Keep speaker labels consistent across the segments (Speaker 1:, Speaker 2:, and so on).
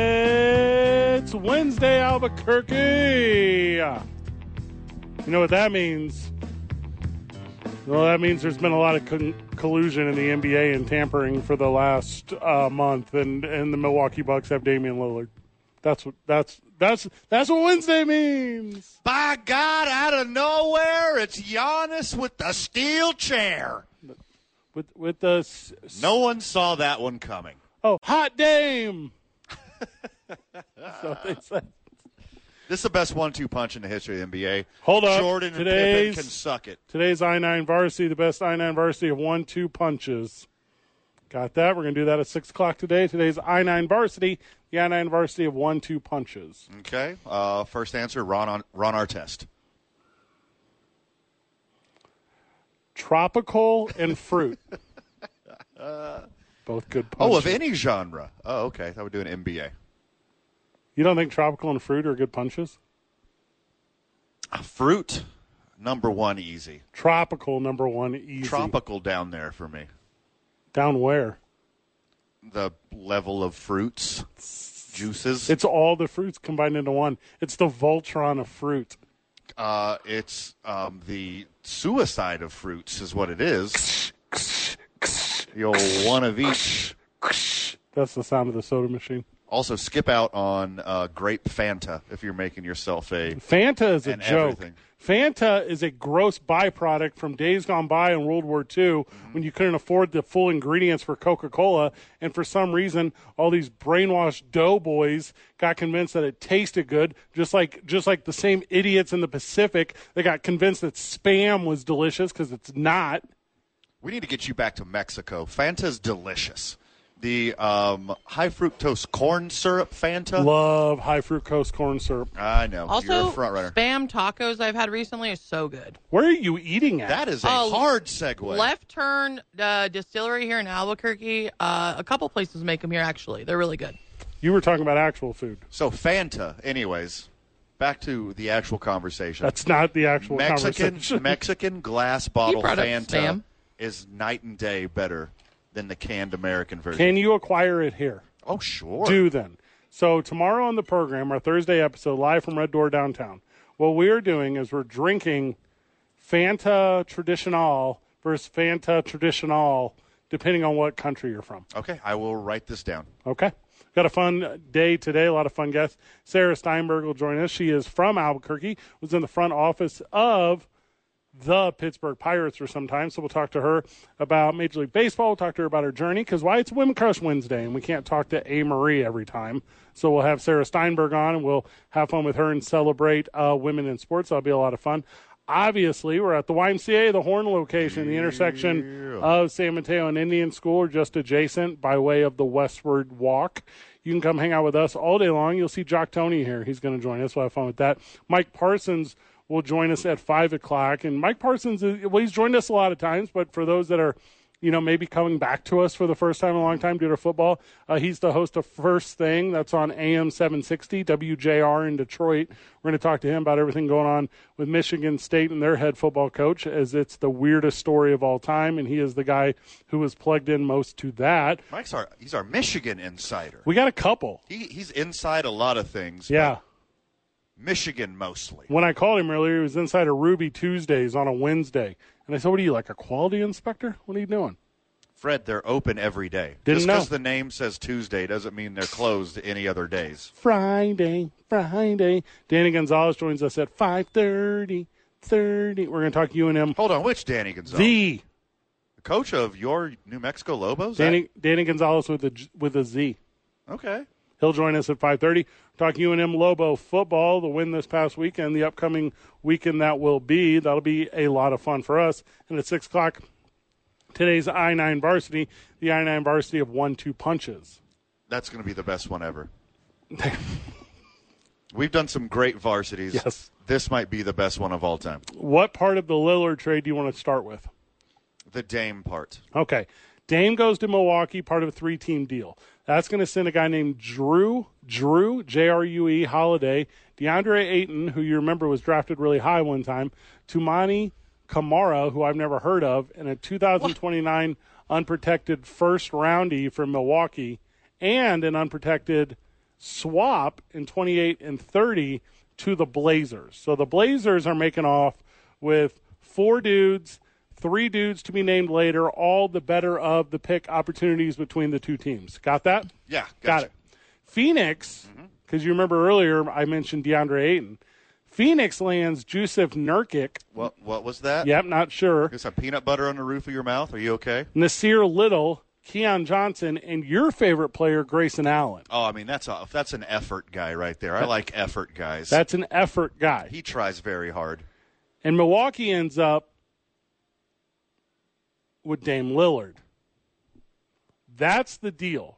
Speaker 1: It's Wednesday, Albuquerque. You know what that means? Well, that means there's been a lot of con- collusion in the NBA and tampering for the last uh, month, and, and the Milwaukee Bucks have Damian Lillard. That's what that's that's that's what Wednesday means.
Speaker 2: By God, out of nowhere, it's Giannis with the steel chair.
Speaker 1: With with the s- s-
Speaker 2: No one saw that one coming.
Speaker 1: oh hot Dame. so they said.
Speaker 2: This is the best one-two punch in the history of the NBA.
Speaker 1: Hold up.
Speaker 2: Jordan and Pippen
Speaker 1: Today's-
Speaker 2: can suck it.
Speaker 1: Today's I 9 varsity, the best I 9 varsity of one, two punches. Got that. We're going to do that at 6 o'clock today. Today's I 9 varsity, the I 9 varsity of one, two punches.
Speaker 2: Okay. Uh, first answer, Ron, on, Ron Artest.
Speaker 1: Tropical and fruit. Both good punches.
Speaker 2: Oh, of any genre. Oh, okay. That would do an NBA.
Speaker 1: You don't think tropical and fruit are good punches?
Speaker 2: Fruit, number one, easy.
Speaker 1: Tropical, number one, easy.
Speaker 2: Tropical down there for me.
Speaker 1: Down where?
Speaker 2: The level of fruits, juices.
Speaker 1: It's all the fruits combined into one. It's the Voltron of fruit.
Speaker 2: uh, it's um, the suicide of fruits is what it is. The old one of each.
Speaker 1: That's the sound of the soda machine.
Speaker 2: Also, skip out on uh, grape Fanta if you're making yourself a.
Speaker 1: Fanta is a
Speaker 2: and
Speaker 1: joke.
Speaker 2: everything.
Speaker 1: Fanta is a gross byproduct from days gone by in World War II
Speaker 2: Mm-hmm.
Speaker 1: when you couldn't afford the full ingredients for Coca Cola. And for some reason, all these brainwashed doughboys got convinced that it tasted good, just like, just like the same idiots in the Pacific that got convinced that spam was delicious because it's not.
Speaker 2: We need to get you back to Mexico. Fanta's delicious. The um, high fructose corn syrup Fanta.
Speaker 1: Love high fructose corn syrup.
Speaker 2: I know. you're
Speaker 3: Also,
Speaker 2: a front runner.
Speaker 3: spam tacos I've had recently are so good.
Speaker 1: Where are you eating at?
Speaker 2: That is a
Speaker 3: Oh,
Speaker 2: hard segue.
Speaker 3: Left Turn uh, Distillery here in Albuquerque. Uh, a couple places make them here, actually. They're really good.
Speaker 1: you were talking about actual food.
Speaker 2: So Fanta, anyways, back to the actual conversation.
Speaker 1: That's not the actual
Speaker 2: Mexican
Speaker 1: conversation.
Speaker 2: Mexican glass bottle
Speaker 3: brought up
Speaker 2: Fanta
Speaker 3: spam.
Speaker 2: is night and day better than the canned American version.
Speaker 1: Can you acquire it here?
Speaker 2: oh sure.
Speaker 1: do then. So tomorrow on the program, our Thursday episode, live from Red Door downtown. What we are doing is we're drinking Fanta Traditional versus Fanta Traditional, depending on what country you're from.
Speaker 2: Okay, I will write this down.
Speaker 1: Okay. Got a fun day today, a lot of fun guests. Sarah Steinberg will join us. She is from Albuquerque, was in the front office of the Pittsburgh Pirates for some time. So we'll talk to her about Major League Baseball. We'll talk to her about her journey because why it's Women Crush Wednesday and we can't talk to A. Marie every time. So we'll have Sarah Steinberg on and we'll have fun with her and celebrate uh, women in sports. That'll be a lot of fun. Obviously, we're at the YMCA, the Horn location, the intersection of San Mateo and Indian School, or just adjacent by way of the Westward Walk. You can come hang out with us all day long. You'll see Jock Tony here. He's going to join us. We'll have fun with that. Mike Parsons will join us at five o'clock. And Mike Parsons, is, well, he's joined us a lot of times, but for those that are, you know, maybe coming back to us for the first time in a long time due to football, uh, he's the host of First Thing. That's on AM 760 WJR in Detroit. We're going to talk to him about everything going on with Michigan State and their head football coach, as it's the weirdest story of all time, and he is the guy who was plugged in most to that.
Speaker 2: Mike's our he's our Michigan insider.
Speaker 1: We got a couple.
Speaker 2: He he's inside a lot of things. but
Speaker 1: Yeah.
Speaker 2: Michigan mostly.
Speaker 1: when I called him earlier, he was inside of Ruby Tuesdays on a Wednesday. And I said, What are you, like a quality inspector? What are you doing?
Speaker 2: Fred, they're open every day.
Speaker 1: Didn't
Speaker 2: Just
Speaker 1: know.
Speaker 2: because the name says Tuesday doesn't mean they're closed any other days.
Speaker 1: Friday, Friday. Danny Gonzalez joins us at 5.30, 30. We're going to talk UNM.
Speaker 2: Hold on, which Danny Gonzalez?
Speaker 1: The
Speaker 2: coach of your New Mexico Lobos?
Speaker 1: Danny, Danny Gonzalez with a, G- with a Z.
Speaker 2: Okay.
Speaker 1: He'll join us at 5:30. Talk UNM Lobo football, the win this past weekend, the upcoming weekend that will be. That'll be a lot of fun for us. And at six o'clock, today's I 9 varsity, the I 9 varsity of one two punches.
Speaker 2: That's going to be the best one ever. We've done some great varsities.
Speaker 1: Yes.
Speaker 2: This might be the best one of all time.
Speaker 1: What part of the Lillard trade do you want to start with?
Speaker 2: The Dame part.
Speaker 1: Okay. Dame goes to Milwaukee, part of a three team deal. That's going to send a guy named Drew, Drew, J R U E, Holiday, DeAndre Ayton, who you remember was drafted really high one time, Tumani Kamara, who I've never heard of, and a 2029 unprotected first roundy from Milwaukee, and an unprotected swap in 28 and 30 to the Blazers. So the Blazers are making off with four dudes, three dudes to be named later, all the better of the pick opportunities between the two teams. Got that?
Speaker 2: Yeah,
Speaker 1: Got
Speaker 2: gotcha. Mm-hmm.
Speaker 1: it. Phoenix, because you remember earlier I mentioned DeAndre Ayton. Phoenix lands Jusuf Nurkic.
Speaker 2: What what was that?
Speaker 1: Yep, not sure.
Speaker 2: Is that peanut butter on the roof of your mouth? Are you okay?
Speaker 1: Nasir Little, Keon Johnson, and your favorite player, Grayson Allen.
Speaker 2: Oh, I mean that's a that's an effort guy right there. I like effort guys.
Speaker 1: That's an effort guy.
Speaker 2: he tries very hard.
Speaker 1: And Milwaukee ends up with Dame Lillard. That's the deal.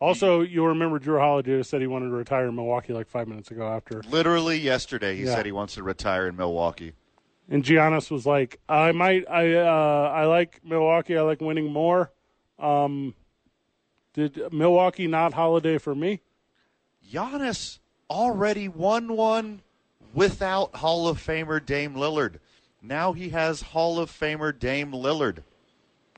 Speaker 1: Also, you'll remember Drew Holiday said he wanted to retire in Milwaukee like five minutes ago after.
Speaker 2: Literally yesterday, he
Speaker 1: Yeah.
Speaker 2: said he wants to retire in Milwaukee.
Speaker 1: And Giannis was like, I might, I, uh, I like Milwaukee. I like winning more. Um, did Milwaukee not Holiday for me?
Speaker 2: Giannis already won one without Hall of Famer Dame Lillard. Now he has Hall of Famer Dame Lillard.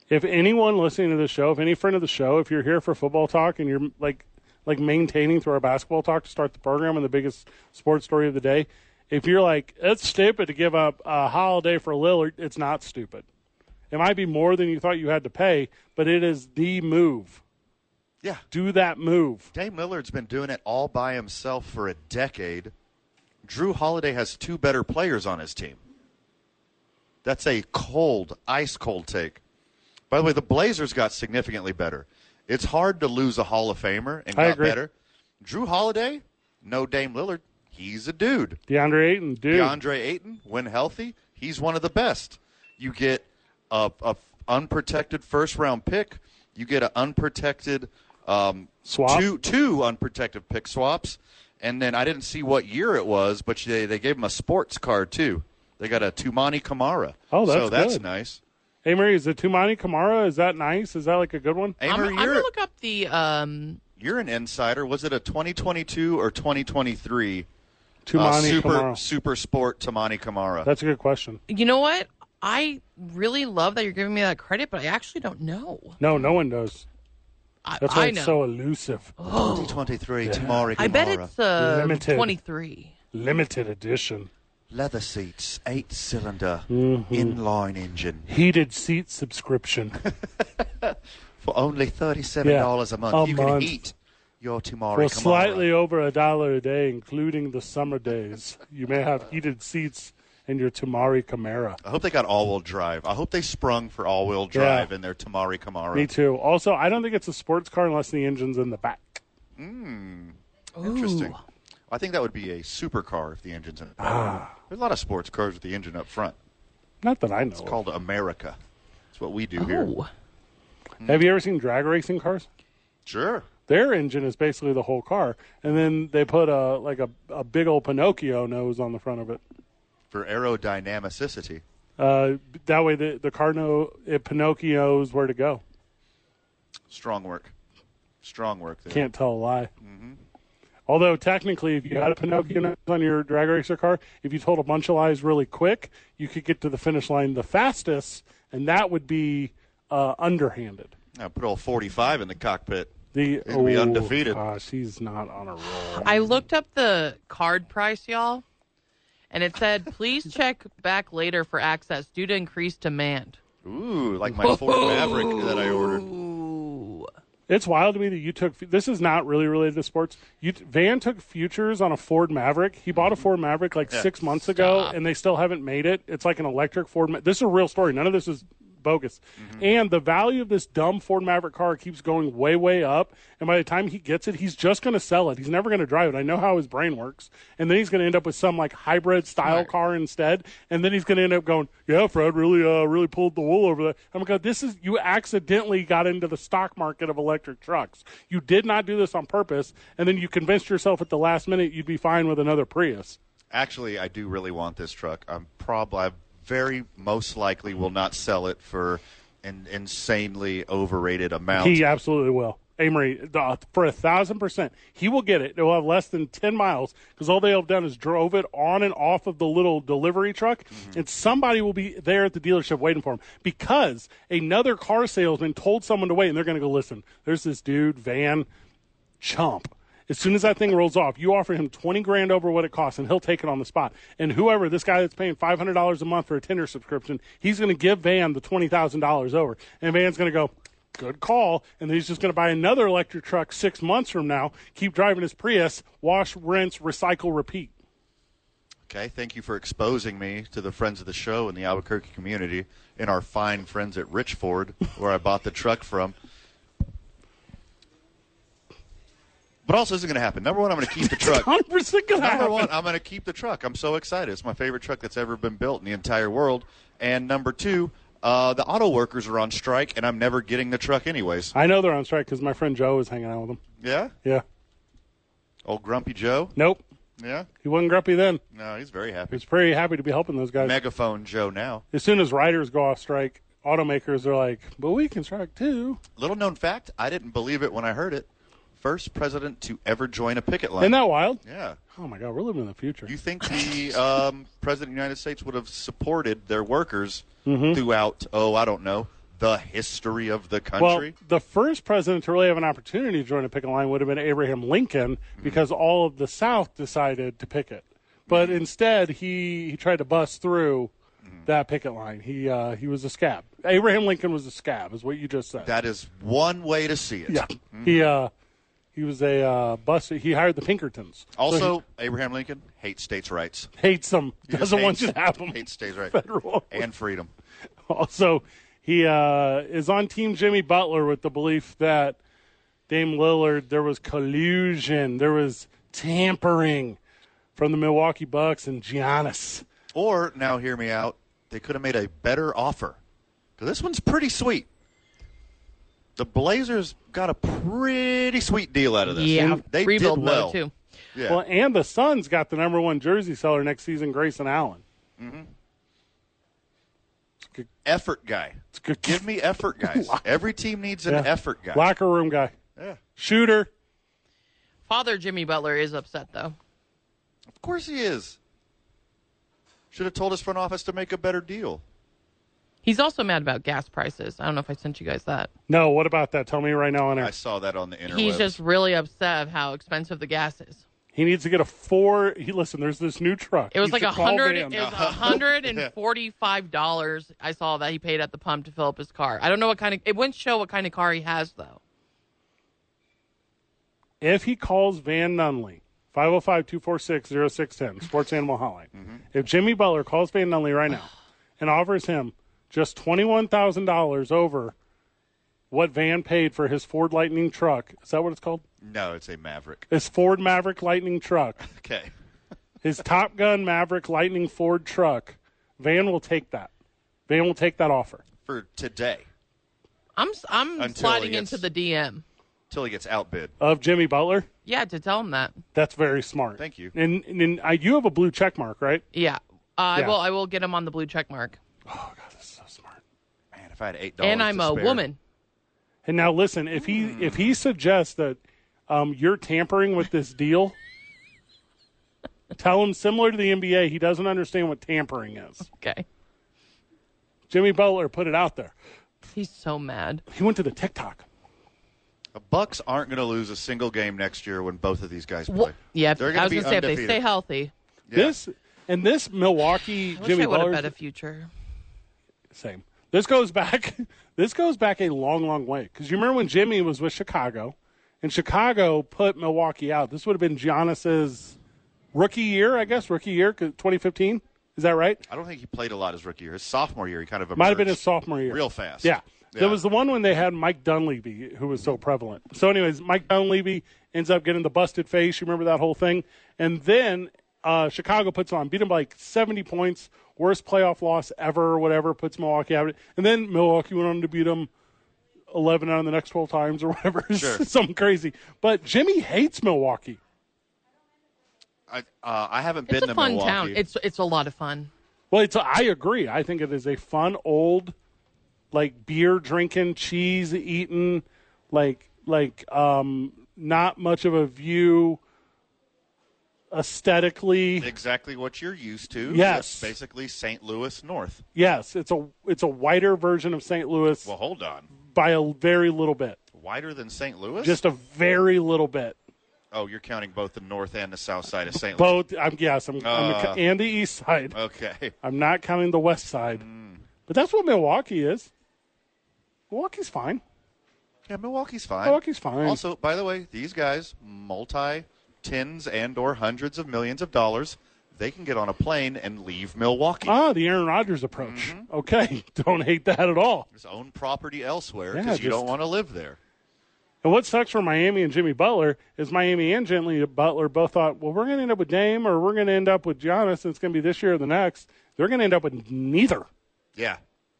Speaker 1: if anyone listening to the show, if any friend of the show, if you're here for football talk and you're like like maintaining through our basketball talk to start the program and the biggest sports story of the day, if you're like it's stupid to give up a holiday for Lillard, it's not stupid. It might be more than you thought you had to pay, but it is the move.
Speaker 2: Yeah.
Speaker 1: Do that move.
Speaker 2: Dame Lillard's been doing it all by himself for a decade. Drew Holiday has two better players on his team. That's a cold, ice cold take. By the way, the Blazers got significantly better. It's hard to lose a Hall of Famer and
Speaker 1: I
Speaker 2: got
Speaker 1: agree.
Speaker 2: better. Drew Holiday, no Dame Lillard. He's a dude.
Speaker 1: DeAndre Ayton, dude.
Speaker 2: DeAndre Ayton, when healthy, he's one of the best. You get a, a unprotected first round pick. You get an unprotected um,
Speaker 1: Swap?
Speaker 2: two two unprotected pick swaps, and then I didn't see what year it was, but they they gave him a sports card too. They got a Tumani Kamara.
Speaker 1: Oh, that's
Speaker 2: so that's
Speaker 1: good.
Speaker 2: nice.
Speaker 1: hey Mary, is the Tumani Kamara? Is that nice? Is that like a good one?
Speaker 3: I'm,
Speaker 2: Amer,
Speaker 3: I'm
Speaker 2: you're
Speaker 3: gonna look up the um,
Speaker 2: you're an insider. Was it a 2022 or 2023 uh,
Speaker 1: Tumani
Speaker 2: super
Speaker 1: Kamara.
Speaker 2: super sport Tumani Kamara?
Speaker 1: That's a good question.
Speaker 3: You know what? I really love that you're giving me that credit, but I actually don't know.
Speaker 1: No, no one knows.
Speaker 3: I,
Speaker 1: That's why
Speaker 3: I know.
Speaker 1: it's so elusive.
Speaker 2: 2023 Tumani Kamara.
Speaker 3: I bet it's uh,
Speaker 1: Limited.
Speaker 3: 23.
Speaker 1: Limited edition.
Speaker 2: leather seats, eight cylinder,
Speaker 1: Mm-hmm.
Speaker 2: inline engine
Speaker 1: heated seat subscription.
Speaker 2: for only thirty-seven dollars
Speaker 1: Yeah,
Speaker 2: a month.
Speaker 1: a
Speaker 2: you
Speaker 1: month.
Speaker 2: can eat your tomorrow.
Speaker 1: For slightly over a dollar a day, including the summer days, you may have heated seats in your Tamari Camara.
Speaker 2: I hope they got all-wheel drive. I hope they sprung for all-wheel drive in their Tamari Camaro.
Speaker 1: Me too. Also, I don't think it's a sports car unless the engine's in the back.
Speaker 2: Interesting. I think that would be a supercar if the engine's in. Ah. There's a lot of sports cars with the engine up front.
Speaker 1: Not that I know.
Speaker 2: It's
Speaker 1: of.
Speaker 2: called America. That's what we do here.
Speaker 3: Oh,
Speaker 1: Have you ever seen drag racing cars?
Speaker 2: Sure.
Speaker 1: Their engine is basically the whole car, and then they put a like a, a big old Pinocchio nose on the front of it.
Speaker 2: For aerodynamicity.
Speaker 1: Uh, that way, the the car know it Pinocchio's where to go.
Speaker 2: Strong work. Strong work there.
Speaker 1: Can't tell a lie. Although technically, if you had a Pinocchio nose on your drag racer car, if you told a bunch of lies really quick, you could get to the finish line the fastest, and that would be uh, underhanded.
Speaker 2: Now put all 45 in the cockpit.
Speaker 1: The
Speaker 2: It'd be
Speaker 1: oh,
Speaker 2: undefeated.
Speaker 1: Gosh, he's not on a roll.
Speaker 3: I looked up the card price, y'all, and it said, please check back later for access due to increased demand.
Speaker 2: Ooh, like my Ford Maverick that I ordered.
Speaker 3: Ooh.
Speaker 1: It's wild to me that you took. This is not really related to sports. You Van took futures on a Ford Maverick. He bought a Ford Maverick like six months ago, and they still haven't made it. It's like an electric Ford. Ma- this is a real story. None of this is bogus. And the value of this dumb Ford Maverick car keeps going way, way up. And by the time he gets it, he's just going to sell it. He's never going to drive it. I know how his brain works. And then he's going to end up with some like hybrid style car instead. And then he's going to end up going, yeah, Fred really, uh, really pulled the wool over that. I'm going, this is, you accidentally got into the stock market of electric trucks. You did not do this on purpose. And then you convinced yourself at the last minute you'd be fine with another Prius.
Speaker 2: Actually, I do really want this truck. I'm probably, I very most likely will not sell it for an insanely overrated amount.
Speaker 1: He uh, absolutely will. Amory, uh, for a thousand percent, he will get it. It will have less than ten miles because all they'll have done is drove it on and off of the little delivery truck, and somebody will be there at the dealership waiting for him because another car salesman told someone to wait, and they're going to go listen. There's this dude Van Chump. As soon as that thing rolls off, you offer him twenty grand over what it costs, and he'll take it on the spot. And whoever this guy that's paying five hundred dollars a month for a Tinder subscription, he's going to give Van the twenty thousand dollars over, and Van's going to go, "Good call," and then he's just going to buy another electric truck six months from now, keep driving his Prius, wash, rinse, recycle, repeat.
Speaker 2: Okay, thank you for exposing me to the friends of the show and the Albuquerque community and our fine friends at Richford, where I bought the truck from. But also, this is going to happen. Number one, I'm going to keep the truck.
Speaker 1: Hundred percent going to
Speaker 2: Number
Speaker 1: happen.
Speaker 2: one, I'm going to keep the truck. I'm so excited. It's my favorite truck that's ever been built in the entire world. And number two, uh, the auto workers are on strike, and I'm never getting the truck anyways.
Speaker 1: I know they're on strike because my friend Joe is hanging out with them.
Speaker 2: Yeah?
Speaker 1: Yeah.
Speaker 2: Old Grumpy Joe?
Speaker 1: Nope.
Speaker 2: Yeah?
Speaker 1: He wasn't grumpy then.
Speaker 2: No, he's very happy.
Speaker 1: He's pretty happy to be helping those guys.
Speaker 2: Megaphone Joe now.
Speaker 1: as soon as writers go off strike, automakers are like, but we can strike too.
Speaker 2: Little known fact, I didn't believe it when I heard it. First president to ever join a picket line.
Speaker 1: Isn't that wild?
Speaker 2: yeah.
Speaker 1: Oh my God, we're living in the future.
Speaker 2: You think the um, president of the United States would have supported their workers
Speaker 1: Mm-hmm.
Speaker 2: throughout, oh, I don't know, the history of the
Speaker 1: well,
Speaker 2: country?
Speaker 1: the first president to really have an opportunity to join a picket line would have been Abraham Lincoln
Speaker 2: Mm-hmm.
Speaker 1: because all of the South decided to picket. But
Speaker 2: Mm-hmm.
Speaker 1: instead, he, he tried to bust through that picket line. He, uh, he was a scab. Abraham Lincoln was a scab, is what you just said.
Speaker 2: that Mm-hmm. is one way to see it.
Speaker 1: yeah. He, uh, he was a uh, bus. He hired the Pinkertons. So
Speaker 2: Also, Abraham Lincoln hates states' rights.
Speaker 1: he hates them.
Speaker 2: He just
Speaker 1: Doesn't want
Speaker 2: hates-
Speaker 1: you to have them.
Speaker 2: Hates states' rights.
Speaker 1: Federal.
Speaker 2: And freedom.
Speaker 1: also he uh, is on team jimmy butler with the belief that dame lillard there was collusion there was tampering from the milwaukee bucks and giannis
Speaker 2: Or, now hear me out, they could have made a better offer. 'Cause this one's pretty sweet. The Blazers got a pretty sweet deal out of this.
Speaker 3: Yeah,
Speaker 2: They
Speaker 3: rebuild
Speaker 2: did
Speaker 3: mode,
Speaker 2: well.
Speaker 3: too.
Speaker 2: Yeah.
Speaker 1: well and the suns got the number one jersey seller next season grayson allen
Speaker 2: effort guy.
Speaker 1: it's good
Speaker 2: Give me effort guys. Every team needs an
Speaker 1: Yeah.
Speaker 2: effort guy.
Speaker 1: locker room guy
Speaker 2: Yeah.
Speaker 1: shooter
Speaker 3: Father Jimmy Butler is upset though.
Speaker 2: Of course he is. Should have told his front office to make a better deal.
Speaker 3: He's also mad about gas prices. I don't know if I sent you guys that.
Speaker 1: no what about that tell me right now on air
Speaker 2: I saw that on the internet.
Speaker 3: He's just really upset of how expensive the gas is.
Speaker 1: he needs to get a four he listen there's this new truck
Speaker 3: It was
Speaker 1: You
Speaker 3: like a
Speaker 1: should call
Speaker 3: hundred. It
Speaker 1: Van.
Speaker 3: was a hundred and forty-five dollars. I saw that he paid at the pump to fill up his car. I don't know what kind of. It wouldn't show what kind of car he has though.
Speaker 1: if he calls Van Nunley, 505-246-0610, Sports Animal Hotline.
Speaker 2: Mm-hmm.
Speaker 1: If Jimmy Butler calls Van Nunley right now and offers him just $21,000 over what Van paid for his Ford Lightning truck, is that what it's called?
Speaker 2: no, it's a Maverick.
Speaker 1: His Ford Maverick Lightning truck,
Speaker 2: Okay.
Speaker 1: his Top Gun Maverick Lightning Ford truck, Van will take that. Van will take that offer.
Speaker 2: For today,
Speaker 3: I'm s- I'm
Speaker 2: Until
Speaker 3: sliding
Speaker 2: he gets-
Speaker 3: into the DM.
Speaker 2: till he gets outbid.
Speaker 1: Of Jimmy Butler,
Speaker 3: Yeah, to tell him that.
Speaker 1: that's very smart.
Speaker 2: Thank you.
Speaker 1: And, and, and I, you have a blue check mark, right?
Speaker 3: Yeah. Uh, I
Speaker 1: Yeah.
Speaker 3: will. I will get him on the blue check
Speaker 2: Oh,
Speaker 3: mark.
Speaker 1: So smart.
Speaker 2: Man, if I had eight dollars,
Speaker 3: And I'm
Speaker 2: to
Speaker 3: a
Speaker 2: spare-
Speaker 3: woman.
Speaker 1: And now listen, if he if he suggests that um, you're tampering with this deal, tell him similar to the NBA, he doesn't understand what tampering is.
Speaker 3: Okay.
Speaker 1: Jimmy Butler put it out there.
Speaker 3: He's so mad.
Speaker 1: He went to the TikTok.
Speaker 2: The Bucks aren't going to lose a single game next year when both of these guys play.
Speaker 3: Wha- Yeah,
Speaker 2: They're
Speaker 3: I
Speaker 2: gonna
Speaker 3: was
Speaker 2: be
Speaker 3: gonna say if they
Speaker 2: undefeated.
Speaker 3: stay healthy.
Speaker 1: This and this Milwaukee
Speaker 3: I wish
Speaker 1: Jimmy
Speaker 3: I would have
Speaker 1: Butler
Speaker 3: bet a future.
Speaker 1: same. This goes back. This goes back a long, long way because you remember when Jimmy was with Chicago, and Chicago put Milwaukee out. This would have been Giannis's rookie year, I guess, rookie year, 'cause 2015. Is that right?
Speaker 2: I don't think he played a lot his rookie year. His sophomore year, he kind of emerged
Speaker 1: Might have been his sophomore year.
Speaker 2: real fast.
Speaker 1: Yeah. There was the one when they had Mike Dunleavy, who was so prevalent. So, anyways, Mike Dunleavy ends up getting the busted face. You remember that whole thing? And then uh, Chicago puts on, beat him by like 70 points, worst playoff loss ever, whatever, puts Milwaukee out. of it. And then Milwaukee went on to beat them 11 out of the next 12 times or whatever.
Speaker 2: Sure.
Speaker 1: Something crazy. But Jimmy hates Milwaukee.
Speaker 2: I, uh, I haven't
Speaker 3: It's
Speaker 2: been
Speaker 3: a
Speaker 2: to
Speaker 3: fun
Speaker 2: Milwaukee.
Speaker 3: town. It's it's a lot of fun.
Speaker 1: Well, it's I agree. I think it is a fun old, like beer drinking, cheese eating, like like um not much of a view aesthetically.
Speaker 2: exactly what you're used to.
Speaker 1: Yes.
Speaker 2: It's basically St. Louis North.
Speaker 1: Yes, it's a it's a whiter version of St. Louis
Speaker 2: Well, hold on.
Speaker 1: by a very little bit,
Speaker 2: Wider than St. Louis?
Speaker 1: just a very little bit.
Speaker 2: oh, you're counting both the north and the south side of St. Louis.
Speaker 1: Both, I'm yes, I'm,
Speaker 2: Uh.
Speaker 1: I'm and the east side.
Speaker 2: Okay.
Speaker 1: I'm not counting the west side,
Speaker 2: Mm.
Speaker 1: but that's what Milwaukee is. Milwaukee's fine.
Speaker 2: Yeah, Milwaukee's fine.
Speaker 1: Milwaukee's fine.
Speaker 2: Also, by the way, these guys, multi tens and or hundreds of millions of dollars, they can get on a plane and leave Milwaukee.
Speaker 1: Ah, the Aaron Rodgers approach. Okay, don't hate that at all.
Speaker 2: Just own property elsewhere
Speaker 1: Yeah,
Speaker 2: because you
Speaker 1: just-
Speaker 2: don't want to live there.
Speaker 1: And what sucks for Miami and Jimmy Butler is Miami and Jimmy Butler both thought, well, we're going to end up with Dame or we're going to end up with Giannis, and it's going to be this year or the next. They're going to end up with neither.
Speaker 2: Yeah.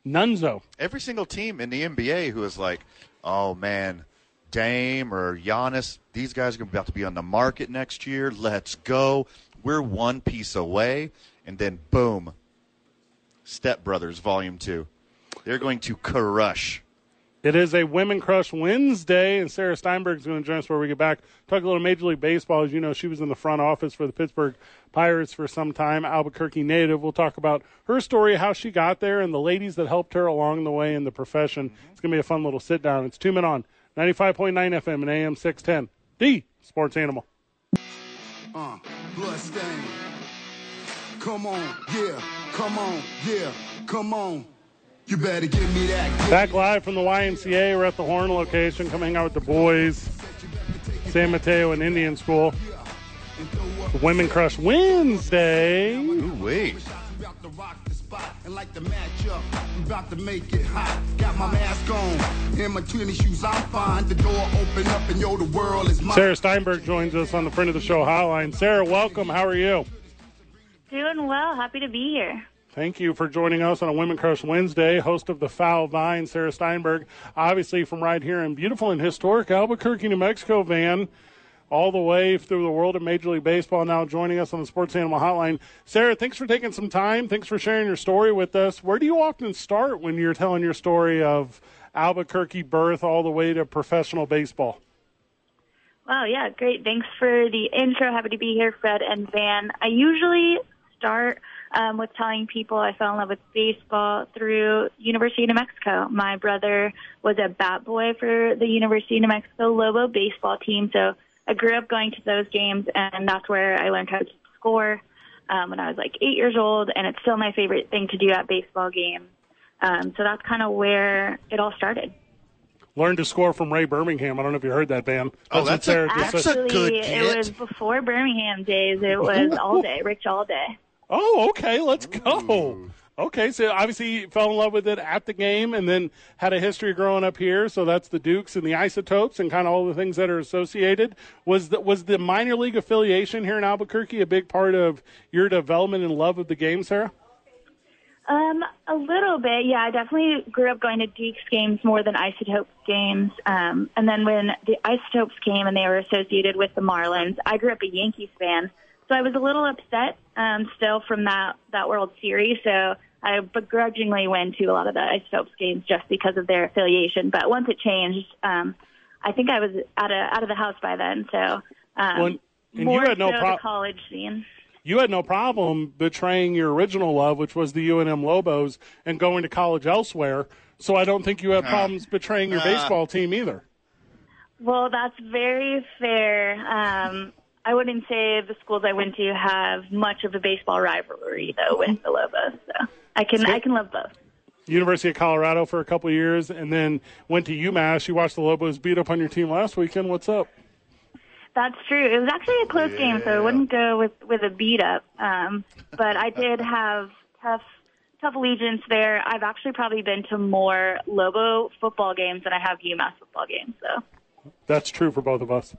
Speaker 1: Nunzo.
Speaker 2: Every single team in the NBA who is like, oh man, Dame or Giannis, these guys are about to be on the market next year. Let's go. We're one piece away. And then boom, Step Brothers Volume 2. They're going to crush.
Speaker 1: It is a Women Crush Wednesday, and Sarah Steinberg is going to join us where we get back. Talk a little Major League Baseball. As you know, she was in the front office for the Pittsburgh Pirates for some time, Albuquerque native. We'll talk about her story, how she got there, and the ladies that helped her along the way in the profession. It's going to be a fun little sit down. It's two men on 95.9 FM and AM 610. The Sports Animal.
Speaker 4: Uh, bloodstain. Come on, yeah. Come on, yeah. Come on. You better give me that.
Speaker 1: Back live from the YMCA. We're at the Horn location. Come hang out with the boys, San Mateo and Indian School. The Women Crush Wednesday.
Speaker 2: Ooh, wait.
Speaker 4: About to rock the spot and like the matchup. I'm about to make it hot. Got my mask on and my tennis shoes. I'm fine. The door open up and yo, the world is mine.
Speaker 1: Sarah Steinberg joins us on the Friend of the Show hotline. Sarah, welcome. How are you?
Speaker 5: Doing well. Happy to be here.
Speaker 1: Thank you for joining us on a Women Crush Wednesday. Host of the Foul Vine, Sarah Steinberg, obviously from right here in beautiful and historic Albuquerque, New Mexico, van, all the way through the world of Major League Baseball. Now joining us on the Sports Animal Hotline, Sarah. Thanks for taking some time. Thanks for sharing your story with us. Where do you often start when you're telling your story of Albuquerque birth all the way to professional baseball?
Speaker 5: Wow, yeah, great. Thanks for the intro. Happy to be here, Fred and Van. I usually start um, with telling people I fell in love with baseball through University of New Mexico. My brother was a bat boy for the University of New Mexico Lobo baseball team, so I grew up going to those games, and that's where I learned how to score um, when I was like eight years old, and it's still my favorite thing to do at baseball games. Um, so that's kind of where it all started.
Speaker 1: Learned to score from Ray Birmingham. I don't know if you heard that, Van.
Speaker 2: Oh,
Speaker 1: what
Speaker 2: that's a-
Speaker 1: Sarah just said.
Speaker 2: That's a good
Speaker 5: Actually,
Speaker 2: get.
Speaker 5: it was before Birmingham days. It was all day, Rich all day.
Speaker 1: Oh, okay. Let's go. Okay, so obviously you fell in love with it at the game and then had a history growing up here. So that's the Dukes and the Isotopes and kind of all the things that are associated. Was the, was the minor league affiliation here in Albuquerque a big part of your development and love of the game, Sarah?
Speaker 5: Um, a little bit, yeah. I definitely grew up going to Duke's games more than Isotopes games. Um, and then when the Isotopes came and they were associated with the Marlins, I grew up a Yankees fan, so I was a little upset um, still from that that World Series. So I begrudgingly went to a lot of the Isotopes games just because of their affiliation. But once it changed, um, I think I was out of out of the house by then. So um,
Speaker 1: Well, and you
Speaker 5: more
Speaker 1: had no
Speaker 5: so
Speaker 1: prob-
Speaker 5: the college scene.
Speaker 1: You had no problem betraying your original love, which was the UNM Lobos, and going to college elsewhere. So I don't think you have problems betraying your baseball team either.
Speaker 5: Well, that's very fair. Um, I wouldn't say the schools I went to have much of a baseball rivalry though with the Lobos. So I can I can love both.
Speaker 1: University of Colorado for a couple of years, and then went to UMass. You watched the Lobos beat up on your team last weekend. What's up?
Speaker 5: That's true. It was actually a close game, so I wouldn't go with with a beat up. Um, but I did have tough tough allegiance there. I've actually probably been to more Lobo football games than I have UMass football games. So
Speaker 1: That's true for both of us.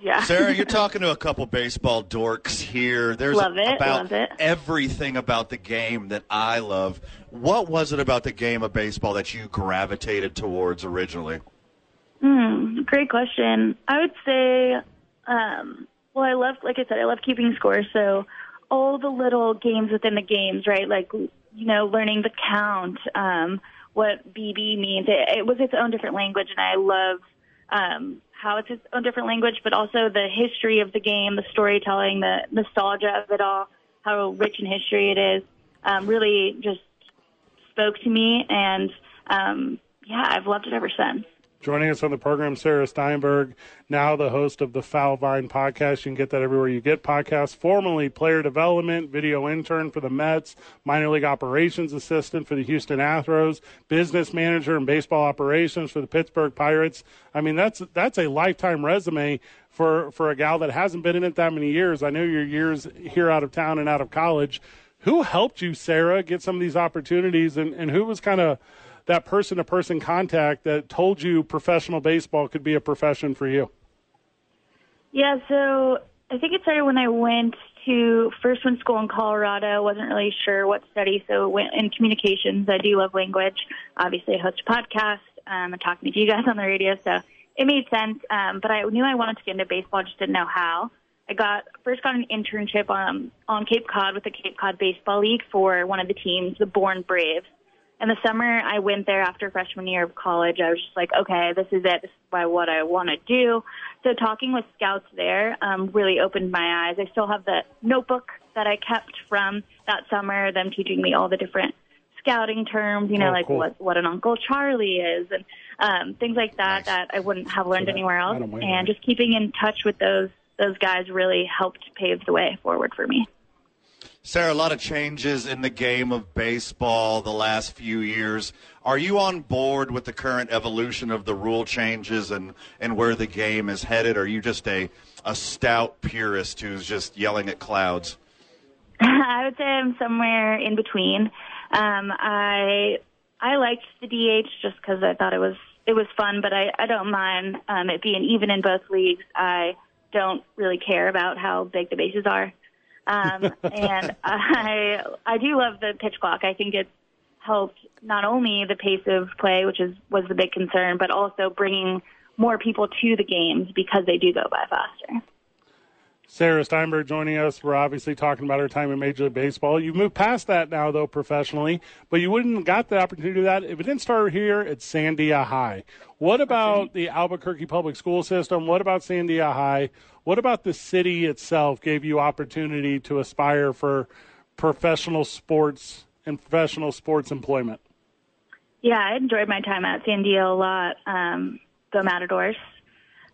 Speaker 5: yeah,
Speaker 2: Sarah, you're talking to a couple baseball dorks here. There's
Speaker 5: Love it,
Speaker 2: about
Speaker 5: love it.
Speaker 2: everything about the game that I love. What was it about the game of baseball that you gravitated towards originally?
Speaker 5: great question. I would say, um, well, I love like I said, I love keeping score. So all the little games within the games, right? Like you know, learning the count, um, what BB means. It, it was its own different language, and I love um, how it's its own different language, but also the history of the game, the storytelling, the nostalgia of it all, how rich in history it is. Um, really, just spoke to me, and um, yeah, I've loved it ever since.
Speaker 1: Joining us on the program, Sarah Steinberg, now the host of the Foul Vine podcast. You can get that everywhere you get podcasts. Formerly player development, video intern for the Mets, minor league operations assistant for the Houston Astros, business manager and baseball operations for the Pittsburgh Pirates. I mean, that's that's a lifetime resume for for a gal that hasn't been in it that many years. I know your years here out of town and out of college. Who helped you, Sarah, get some of these opportunities, and, and who was kind of that person to person contact that told you professional baseball could be a profession for you?
Speaker 5: Yeah, so I think it started when I went to first went to school in Colorado. wasn't really sure what to study, so went in communications. I do love language. Obviously, I host a podcast. Um, I'm talking to you guys on the radio, so it made sense. Um, but I knew I wanted to get into baseball, just didn't know how. I got first got an internship on on Cape Cod with the Cape Cod Baseball League for one of the teams, the Born Braves. And the summer I went there after freshman year of college, I was just like, okay, this is it. This is by what I want to do. So talking with scouts there um, really opened my eyes. I still have the notebook that I kept from that summer, them teaching me all the different scouting terms, you know,
Speaker 1: Oh,
Speaker 5: like
Speaker 1: cool.
Speaker 5: what, what an Uncle Charlie is and um, things like that that I wouldn't have learned anywhere else.
Speaker 1: Adam Wainwright.
Speaker 5: And just keeping in touch with those those guys really helped pave the way forward for me.
Speaker 2: Sarah, a lot of changes in the game of baseball the last few years. Are you on board with the current evolution of the rule changes and, and where the game is headed? Are you just a, a stout purist who's just yelling at clouds?
Speaker 5: I would say I'm somewhere in between. Um, I I liked the DH just because I thought it was it was fun, but I I don't mind um, it being even in both leagues. I don't really care about how big the bases are, um, and I I do love the pitch clock. I think it's helped not only the pace of play, which is was the big concern, but also bringing more people to the games because they do go by faster.
Speaker 1: Sarah Steinberg joining us. We're obviously talking about her time in Major League Baseball. You've moved past that now, though, professionally, but you wouldn't have got the opportunity to do that if it didn't start here at Sandia High. What about the Albuquerque public school system? What about Sandia High? What about the city itself gave you opportunity to aspire for professional sports and professional sports employment?
Speaker 5: Yeah, I enjoyed my time at Sandia a lot. Um, go Matadors.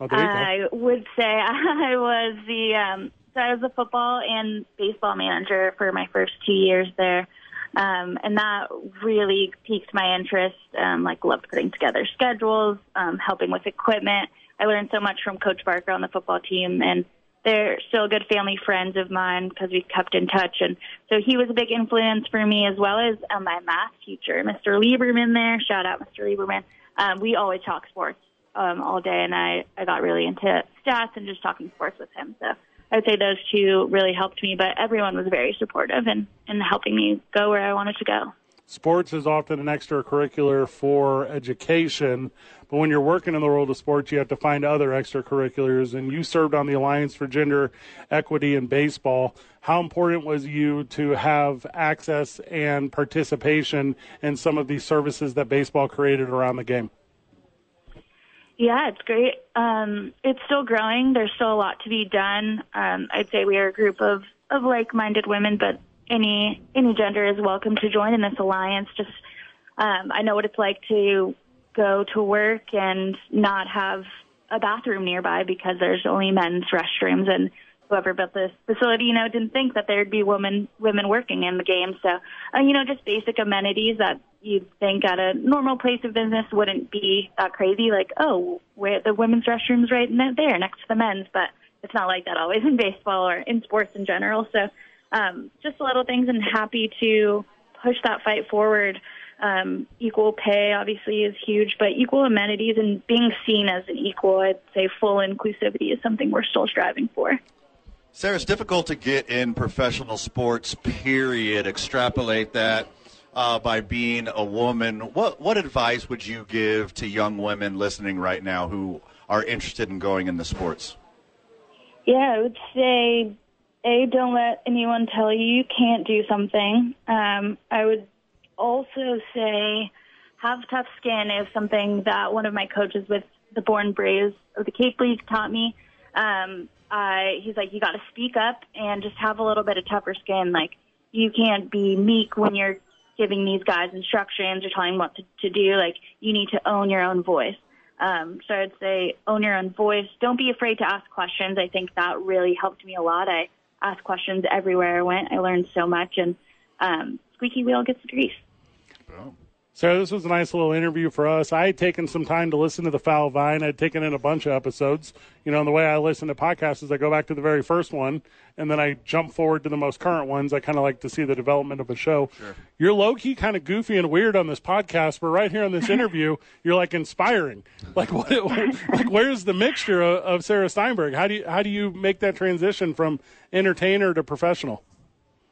Speaker 1: Oh, there you go.
Speaker 5: I would say I was the um, so I was the football and baseball manager for my first two years there, um, and that really piqued my interest. Um, like loved putting together schedules, um, helping with equipment. I learned so much from Coach Barker on the football team, and they're still good family friends of mine because we kept in touch. And so he was a big influence for me as well as um, my math teacher, Mr. Lieberman there. Shout out, Mr. Lieberman. Um, we always talk sports um, all day and I, I got really into stats and just talking sports with him. So I would say those two really helped me, but everyone was very supportive and, and helping me go where I wanted to go.
Speaker 1: sports is often an extracurricular for education, but when you're working in the world of sports, you have to find other extracurriculars. And you served on the Alliance for Gender Equity in Baseball. How important was you to have access and participation in some of these services that baseball created around the game?
Speaker 5: Yeah, it's great. Um, it's still growing. There's still a lot to be done. Um, I'd say we are a group of, of like-minded women, but any any gender is welcome to join in this alliance. Just um, I know what it's like to go to work and not have a bathroom nearby because there's only men's restrooms, and whoever built this facility, you know, didn't think that there'd be women women working in the game. So, uh, you know, just basic amenities that you'd think at a normal place of business wouldn't be that crazy. Like, oh, where the women's restrooms right in there next to the men's, but it's not like that always in baseball or in sports in general. So um, just little things and happy to push that fight forward. Um, equal pay obviously is huge, but equal amenities and being seen as an equal, I'd say full inclusivity is something we're still striving for.
Speaker 2: Sarah, it's difficult to get in professional sports, period. Extrapolate that uh, by being a woman. What, what advice would you give to young women listening right now who are interested in going into sports?
Speaker 5: Yeah, I would say a don't let anyone tell you you can't do something. Um, I would also say have tough skin is something that one of my coaches with the Born Braves of the Cape League taught me. Um, I he's like you got to speak up and just have a little bit of tougher skin. Like you can't be meek when you're giving these guys instructions or telling them what to, to do. Like you need to own your own voice. Um, so I'd say own your own voice. Don't be afraid to ask questions. I think that really helped me a lot. I asked questions everywhere I went. I learned so much, and um, squeaky wheel gets the grease.
Speaker 1: Sarah, this was a nice little interview for us. I had taken some time to listen to the Foul Vine. I'd taken in a bunch of episodes. You know, and the way I listen to podcasts is I go back to the very first one and then I jump forward to the most current ones. I kind of like to see the development of a show. You're low key kind of goofy and weird on this podcast, but right here on this interview, you're like inspiring. Like what? like where's the mixture of, of Sarah Steinberg? How do you how do you make that transition from entertainer to professional?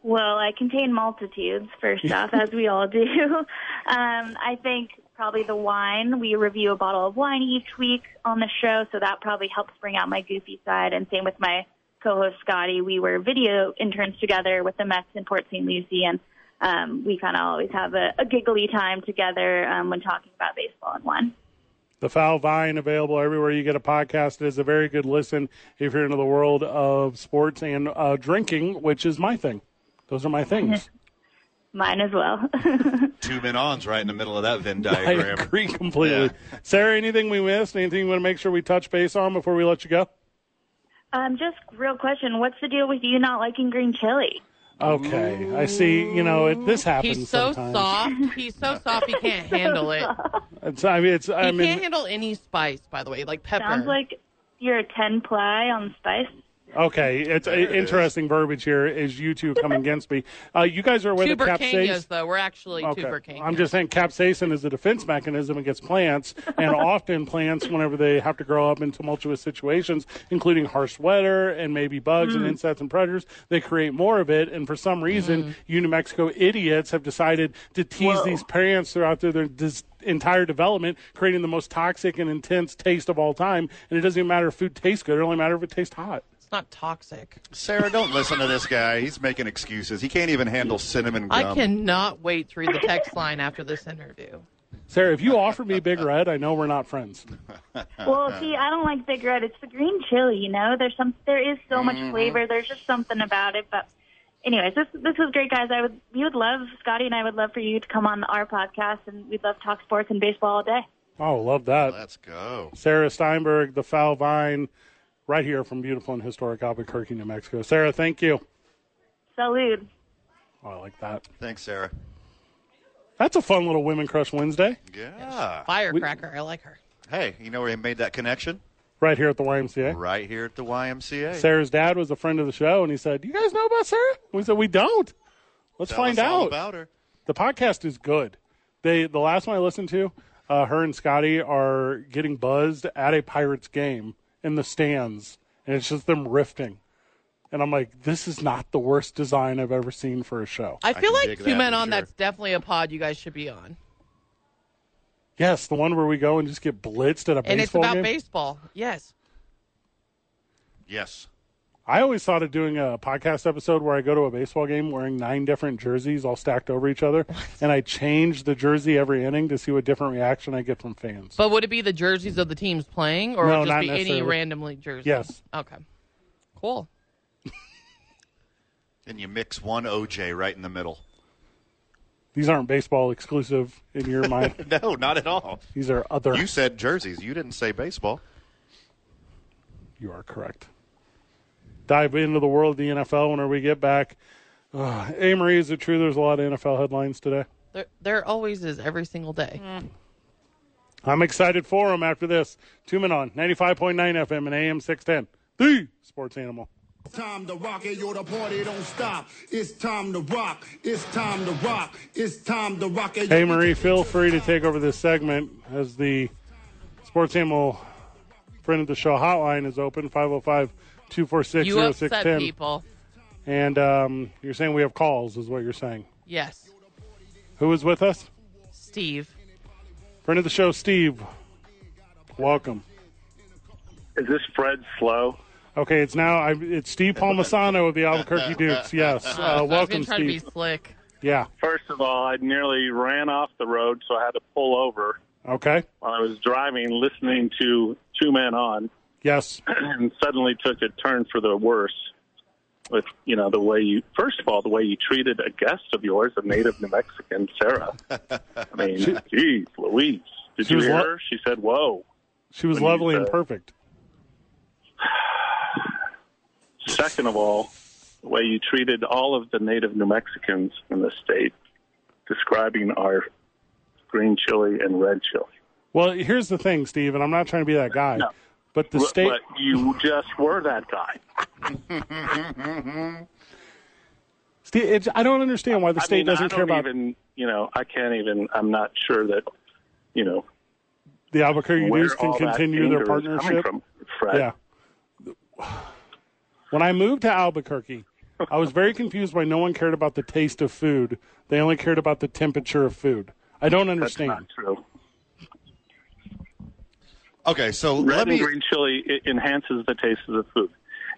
Speaker 5: Well, I contain multitudes, first off, as we all do. Um, I think probably the wine. We review a bottle of wine each week on the show, so that probably helps bring out my goofy side. And same with my co host, Scotty. We were video interns together with the Mets in Port St. Lucie, and um, we kind of always have a, a giggly time together um, when talking about baseball and wine.
Speaker 1: The Foul Vine available everywhere you get a podcast. It is a very good listen if you're into the world of sports and uh, drinking, which is my thing. Those are my things.
Speaker 5: Mine as well.
Speaker 2: Two men ons right in the middle of that Venn
Speaker 1: I
Speaker 2: diagram.
Speaker 1: agree completely. Sarah, anything we missed? Anything you want to make sure we touch base on before we let you go?
Speaker 5: um, just real question what's the deal with you not liking green chili?
Speaker 1: Okay, I see. You know, it, this happens.
Speaker 3: He's so
Speaker 1: sometimes.
Speaker 3: soft. He's so soft. He can't handle it.
Speaker 1: It's, I mean, it's.
Speaker 3: He
Speaker 1: I mean,
Speaker 3: can't handle any spice, by the way, like pepper.
Speaker 5: Sounds like you're a 10 ply on spice.
Speaker 1: okay. It's uh, interesting verbiage here. Is you two come against me? Uh, you guys are aware that capsaicin.
Speaker 3: tubercanias, though. We're actually
Speaker 1: Okay.
Speaker 3: tubercanias.
Speaker 1: I'm just saying capsaicin is a defense mechanism against plants, and often plants, whenever they have to grow up in tumultuous situations, including harsh weather and maybe bugs and insects and predators, they create more of it. And for some reason, you New Mexico idiots have decided to tease these plants throughout their, their dis- entire development, creating the most toxic and intense taste of all time. And it doesn't even matter if food tastes good; it only matters if it tastes hot.
Speaker 3: It's not toxic.
Speaker 2: Sarah, don't listen to this guy. He's making excuses. He can't even handle cinnamon gum.
Speaker 3: I cannot wait to read the text line after this interview.
Speaker 1: Sarah, if you offered me Big Red, I know we're not friends.
Speaker 5: Well, see, I don't like Big Red. It's the green chili, you know. There's some, there is so much flavor. There's just something about it. But, anyways, this this was great, guys. I would, we would love Scotty and I would love for you to come on our podcast, and we'd love to talk sports and baseball all day.
Speaker 1: Oh, love that.
Speaker 2: Let's go.
Speaker 1: Sarah Steinberg, the Foul Vine, right here from beautiful and historic Albuquerque, New Mexico. Sarah, thank you.
Speaker 5: Salud.
Speaker 1: Oh, I like that.
Speaker 2: Thanks, Sarah.
Speaker 1: That's a fun little Women Crush Wednesday
Speaker 2: Yeah.
Speaker 3: Firecracker. I like her.
Speaker 2: Hey, you know where he made that connection?
Speaker 1: right here at the YMCA.
Speaker 2: Right here at the YMCA.
Speaker 1: Sarah's dad was a friend of the show, and he said, "Do you guys know about Sarah?" We said, "We don't." Let's
Speaker 2: Tell
Speaker 1: find
Speaker 2: us all
Speaker 1: out.
Speaker 2: about her.
Speaker 1: the podcast is good. They the last one I listened to, uh, her and Scotty are getting buzzed at a Pirates game in the stands, and it's just them riffing. And I'm like, this is not the worst design I've ever seen for a show.
Speaker 3: I feel
Speaker 2: can
Speaker 3: like
Speaker 2: dig
Speaker 3: Two
Speaker 2: that
Speaker 3: Men
Speaker 2: for
Speaker 3: On,
Speaker 2: sure.
Speaker 3: that's definitely a pod you guys should be on.
Speaker 1: Yes, the one where we go and just get blitzed at a
Speaker 3: And it's
Speaker 1: baseball
Speaker 3: about
Speaker 1: game.
Speaker 3: baseball. Yes.
Speaker 2: Yes.
Speaker 1: I always thought of doing a podcast episode where I go to a baseball game wearing nine different jerseys all stacked over each other, and I change the jersey every inning to see what different reaction I get from fans.
Speaker 3: But would it be the jerseys of the teams playing, or
Speaker 1: No,
Speaker 3: would it
Speaker 1: not
Speaker 3: just be any
Speaker 1: necessarily.
Speaker 3: randomly jersey?
Speaker 1: Yes.
Speaker 3: Okay. Cool.
Speaker 2: And you mix one OJ right in the middle.
Speaker 1: These aren't baseball exclusive in your mind.
Speaker 2: No, not at all.
Speaker 1: These are other.
Speaker 2: You said jerseys. You didn't say baseball.
Speaker 1: You are correct. Dive into the world of the NFL whenever we get back. Uh, Amory, is it true there's a lot of NFL headlines today?
Speaker 3: There, there always is every single day.
Speaker 1: I'm excited for them after this. Two men on 95.9 FM and AM 610. the sports animal.
Speaker 4: Time to rock it, yo, the party don't stop. It's time to rock. It's time to rock. It's time to rock it.
Speaker 1: Hey, Marie, feel free to take over this segment as the sports animal friend of the show hotline is open 505 246
Speaker 3: You upset
Speaker 1: 0610.
Speaker 3: people.
Speaker 1: And um, you're saying we have calls, is what you're saying.
Speaker 3: Yes,
Speaker 1: Who is with us?
Speaker 3: Steve.
Speaker 1: Friend of the show, Steve. Welcome.
Speaker 6: Is this Fred Slow?
Speaker 1: Okay, it's now I, it's Steve Palmasano of the Albuquerque Dukes. Yes,
Speaker 3: Uh, so I
Speaker 1: uh,
Speaker 3: was
Speaker 1: welcome,
Speaker 3: gonna try
Speaker 1: Steve.
Speaker 3: to be slick.
Speaker 1: Yeah.
Speaker 6: First of all, I nearly ran off the road, so I had to pull over
Speaker 1: Okay.
Speaker 6: while I was driving, listening to Two Men On,
Speaker 1: Yes.
Speaker 6: and suddenly took a turn for the worse. With you know the way you first of all the way you treated a guest of yours, a native New Mexican, Sarah. I mean, geez, Louise, did
Speaker 1: She
Speaker 6: you
Speaker 1: was
Speaker 6: hear
Speaker 1: lo-
Speaker 6: her? She said, "Whoa,
Speaker 1: She was
Speaker 6: What do you
Speaker 1: lovely and
Speaker 6: say?
Speaker 1: perfect.
Speaker 6: Second of all, the way you treated all of the native New Mexicans in the state, describing our green chili and red chili.
Speaker 1: Well, here's the thing, Steve, and I'm not trying to be that guy,
Speaker 6: No.
Speaker 1: but the
Speaker 6: But-
Speaker 1: state.
Speaker 6: But you just were that guy.
Speaker 1: Steve, it's, I don't understand why the
Speaker 6: I
Speaker 1: state
Speaker 6: mean,
Speaker 1: doesn't
Speaker 6: I don't
Speaker 1: care about
Speaker 6: even, you know, I can't even, I'm not sure that, you know,
Speaker 1: the Albuquerque
Speaker 6: where
Speaker 1: News can
Speaker 6: all that
Speaker 1: continue
Speaker 6: anger
Speaker 1: their
Speaker 6: is coming
Speaker 1: partnership.
Speaker 6: From, Fred.
Speaker 1: Yeah. When I moved to Albuquerque, I was very confused why no one cared about the taste of food. They only cared about the temperature of food. I don't
Speaker 6: That's not
Speaker 1: understand.
Speaker 6: true.
Speaker 2: Okay, so
Speaker 6: Red
Speaker 2: let
Speaker 6: and
Speaker 2: me.
Speaker 6: green chili it enhances the taste of the food.